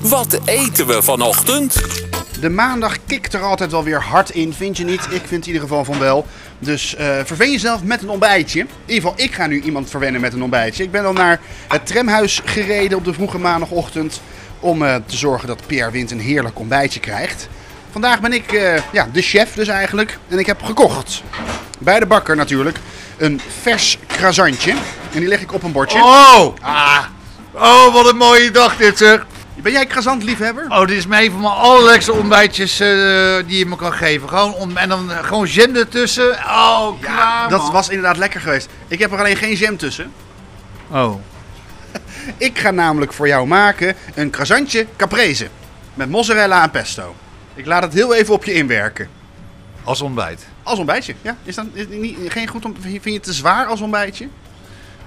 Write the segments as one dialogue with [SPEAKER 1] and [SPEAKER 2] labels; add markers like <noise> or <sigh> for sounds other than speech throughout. [SPEAKER 1] Wat eten we vanochtend?
[SPEAKER 2] De maandag kikt er altijd wel weer hard in, vind je niet? Ik vind in ieder geval van wel. Dus eh verwen jezelf met een ontbijtje. In ieder geval, ik ga nu iemand verwennen met een ontbijtje. Ik ben al naar het tramhuis gereden op de vroege maandagochtend. Om eh, te zorgen dat Pierre Wint een heerlijk ontbijtje krijgt. Vandaag ben ik eh, ja, de chef dus eigenlijk. En ik heb gekocht. Bij de bakker natuurlijk. Een vers krasantje. En die leg ik op een bordje.
[SPEAKER 3] Oh!
[SPEAKER 2] Ah.
[SPEAKER 3] Oh, wat een mooie dag dit zeg.
[SPEAKER 2] Ben jij krasantliefhebber?
[SPEAKER 3] Oh, dit is mij een van mijn allerlekste ontbijtjes eh, die je me kan geven. Gewoon om, en dan eh, gewoon jam ertussen. Oh, klaar
[SPEAKER 2] dat
[SPEAKER 3] man.
[SPEAKER 2] was inderdaad lekker geweest. Ik heb er alleen geen jam tussen.
[SPEAKER 3] Oh.
[SPEAKER 2] Ik ga namelijk voor jou maken een croissantje caprese. Met mozzarella en pesto. Ik laat het heel even op je inwerken.
[SPEAKER 3] Als ontbijt.
[SPEAKER 2] Als ontbijtje, ja? Is dan is niet, geen goed om, vind je het te zwaar als ontbijtje?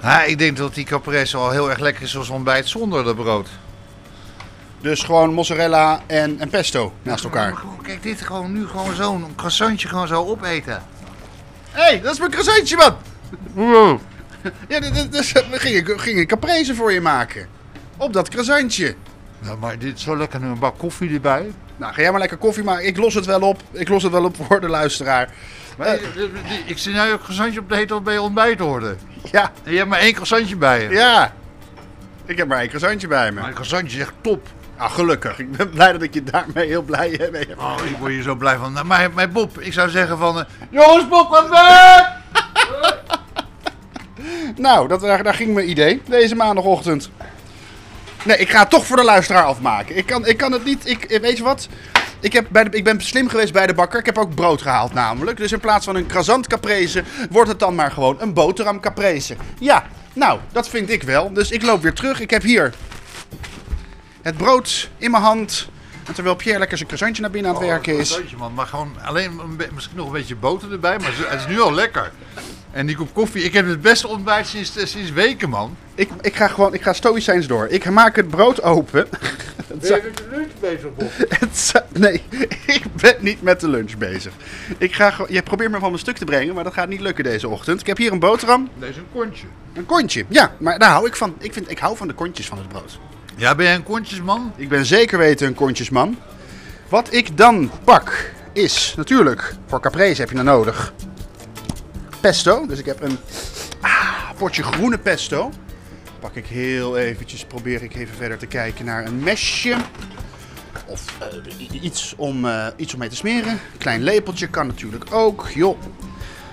[SPEAKER 3] Ja, ik denk dat die caprese al heel erg lekker is als ontbijt zonder dat brood.
[SPEAKER 2] Dus gewoon mozzarella en, en pesto naast elkaar.
[SPEAKER 3] Maar gewoon, Oh, kijk, dit gewoon nu gewoon zo'n croissantje gewoon zo opeten.
[SPEAKER 2] Hé, hey, dat is mijn croissantje, man! Mm. Ja, dit, dit, dus, we gingen, gingen caprese voor je maken. Op dat croissantje.
[SPEAKER 3] Nou, maar dit is zo lekker nu een bak koffie erbij.
[SPEAKER 2] Nou, ga jij maar lekker koffie maken. Ik los het wel op. Ik los het wel op voor de luisteraar.
[SPEAKER 3] Maar, eh, eh, ik zie nou een croissantje op de heet al bij je ontbijt worden.
[SPEAKER 2] Ja,
[SPEAKER 3] En je hebt maar één croissantje bij je.
[SPEAKER 2] ja. Ik heb maar één croissantje bij me.
[SPEAKER 3] Maar een croissantje is echt top.
[SPEAKER 2] Ah, gelukkig. Ik ben blij dat ik je daarmee heel blij <laughs> mee heb.
[SPEAKER 3] Oh, ik word hier zo blij van. Nou, Maar, maar Bob, ik zou zeggen van... eh, Jongens, Bob, wat weg!
[SPEAKER 2] Nou, dat, daar, daar ging mijn idee deze maandagochtend. Nee, ik ga het toch voor de luisteraar afmaken. Ik kan, ik kan het niet. Ik, eh, weet je wat? Ik, heb bij de, ik ben slim geweest bij de bakker. Ik heb ook brood gehaald namelijk. Dus in plaats van een krasant caprese wordt het dan maar gewoon een boterham caprese. Ja, nou, dat vind ik wel. Dus ik loop weer terug. Ik heb hier het brood in mijn hand. En terwijl Pierre lekker zijn croissantje naar
[SPEAKER 3] Oh,
[SPEAKER 2] binnen aan het werken is.
[SPEAKER 3] Croissantje, man. Maar gewoon alleen een be- misschien nog een beetje boter erbij. Maar het is nu al lekker. En die kop koffie. Ik heb het beste ontbijt sinds, eh, sinds weken, man.
[SPEAKER 2] Ik, ik ga gewoon, ik ga stoïcijns door. Ik maak het brood open. Het zou-
[SPEAKER 3] met de lunch bezig, Bob?
[SPEAKER 2] het zou- nee, <laughs> ik ben niet met de lunch bezig. Ik ga, gewoon- je probeert me van mijn stuk te brengen, maar dat gaat niet lukken deze ochtend. Ik heb hier een boterham,
[SPEAKER 3] <laughs> Deze een kontje.
[SPEAKER 2] een kontje. Ja, maar daar hou ik van. Ik, vind, ik hou van de kontjes van het brood.
[SPEAKER 3] Ja, ben jij een kontjesman?
[SPEAKER 2] Ik ben zeker weten een kontjesman. Wat ik dan pak is natuurlijk, voor caprese heb je dan nodig, pesto. Dus ik heb een ah, potje groene pesto. Pak ik heel eventjes, probeer ik even verder te kijken naar een mesje. Of eh, i- i- iets, om, eh, iets om mee te smeren. Een klein lepeltje kan natuurlijk ook. Joh.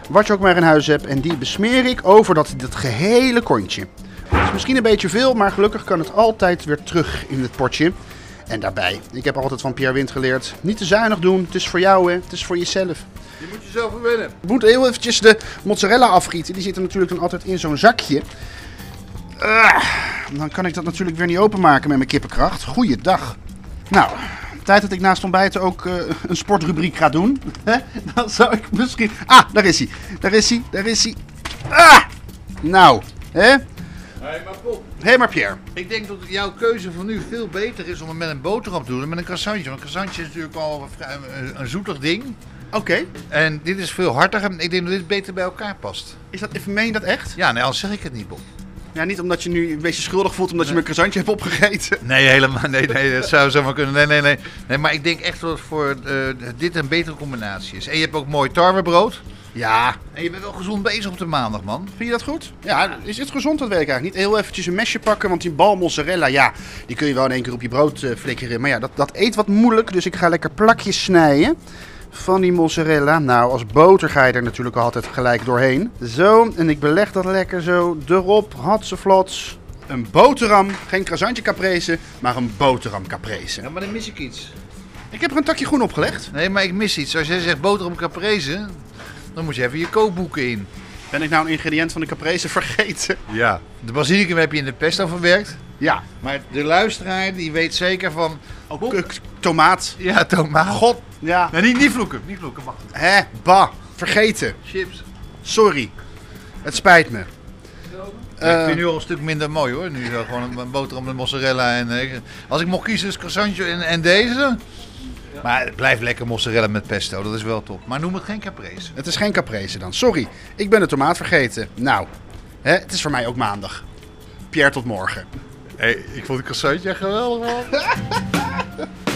[SPEAKER 2] Wat je ook maar in huis hebt. En die besmeer ik over dat, dat gehele kontje. Dat is misschien een beetje veel, maar gelukkig kan het altijd weer terug in het potje. En daarbij, ik heb altijd van Pierre Wind geleerd. Niet te zuinig doen. Het is voor jou, hè. Het is voor jezelf.
[SPEAKER 3] Je moet jezelf verwennen.
[SPEAKER 2] Ik moet heel eventjes de mozzarella afgieten. Die zit er natuurlijk dan altijd in zo'n zakje. Ah, dan kan ik dat natuurlijk weer niet openmaken met mijn kippenkracht. Goeiedag. Nou, tijd dat ik naast ontbijten ook eh, een sportrubriek ga doen. <laughs> Hè? Dan zou ik misschien... Ah, daar is hij. Daar is hij. Daar is hij. Ah! Nou, hè? Hé,
[SPEAKER 3] Nee, maar Bob.
[SPEAKER 2] hey, maar Pierre.
[SPEAKER 3] Ik denk dat jouw keuze van nu veel beter is om het met een boterham te doen dan met een croissantje. Want een croissantje is natuurlijk al een vrij- een, een zoetig ding.
[SPEAKER 2] Oké.
[SPEAKER 3] En dit is veel harder en ik denk dat dit beter bij elkaar past.
[SPEAKER 2] Is dat, even meen je dat echt?
[SPEAKER 3] Ja, nee, anders zeg ik het niet, Bob.
[SPEAKER 2] Ja, niet omdat je nu een beetje schuldig voelt omdat je mijn croissantje hebt opgegeten.
[SPEAKER 3] Nee, helemaal. Nee, nee, dat zou zomaar kunnen. Nee, nee, nee. nee maar ik denk echt dat het voor eh, dit een betere combinatie is. En je hebt ook mooi tarwebrood.
[SPEAKER 2] Ja,
[SPEAKER 3] En je bent wel gezond bezig op de maandag, man.
[SPEAKER 2] Vind je dat goed? Ja, is het gezond? Dat weet ik eigenlijk niet. Heel eventjes een mesje pakken, want die bal mozzarella, ja, die kun je wel in één keer op je brood eh, flikkeren. Maar ja, dat, dat eet wat moeilijk, dus ik ga lekker plakjes snijden van die mozzarella. Nou, als boter ga je er natuurlijk altijd gelijk doorheen. Zo, en ik beleg dat lekker zo erop, hatseflots. Een boterham, geen croissantje caprese, maar een boterham caprese.
[SPEAKER 3] maar dan mis ik iets.
[SPEAKER 2] Ik heb er een takje groen opgelegd.
[SPEAKER 3] Nee, maar ik mis iets. Als jij zegt boterham caprese, dan moet je even je kookboeken in.
[SPEAKER 2] Ben ik nou een ingrediënt van de caprese <laughs> vergeten?
[SPEAKER 3] Ja. De basilicum heb je in de pesto verwerkt.
[SPEAKER 2] Ja,
[SPEAKER 3] Maar de luisteraar die weet zeker van.
[SPEAKER 2] ook eh, tomaat.
[SPEAKER 3] Ja, Thomas. God.
[SPEAKER 2] Ja,
[SPEAKER 3] Nee, niet, niet vloeken. Niet vloeken, mag. niet.
[SPEAKER 2] hè, bah, vergeten.
[SPEAKER 3] Chips.
[SPEAKER 2] Sorry. Het spijt me.
[SPEAKER 3] ik vind het nu al een stuk minder mooi hoor. Nu zo gewoon een- een boterham met mozzarella. En, eh, als ik mocht kiezen, dus croissantje en, en deze. Maar het blijft lekker mozzarella met pesto, dat is wel top. Maar noem het geen caprese.
[SPEAKER 2] Het is geen caprese dan. Sorry. Ik ben de tomaat vergeten. Nou, hè, het is voor mij ook maandag. Pierre, tot morgen.
[SPEAKER 3] Hé, ik vond het croissantje geweldig man.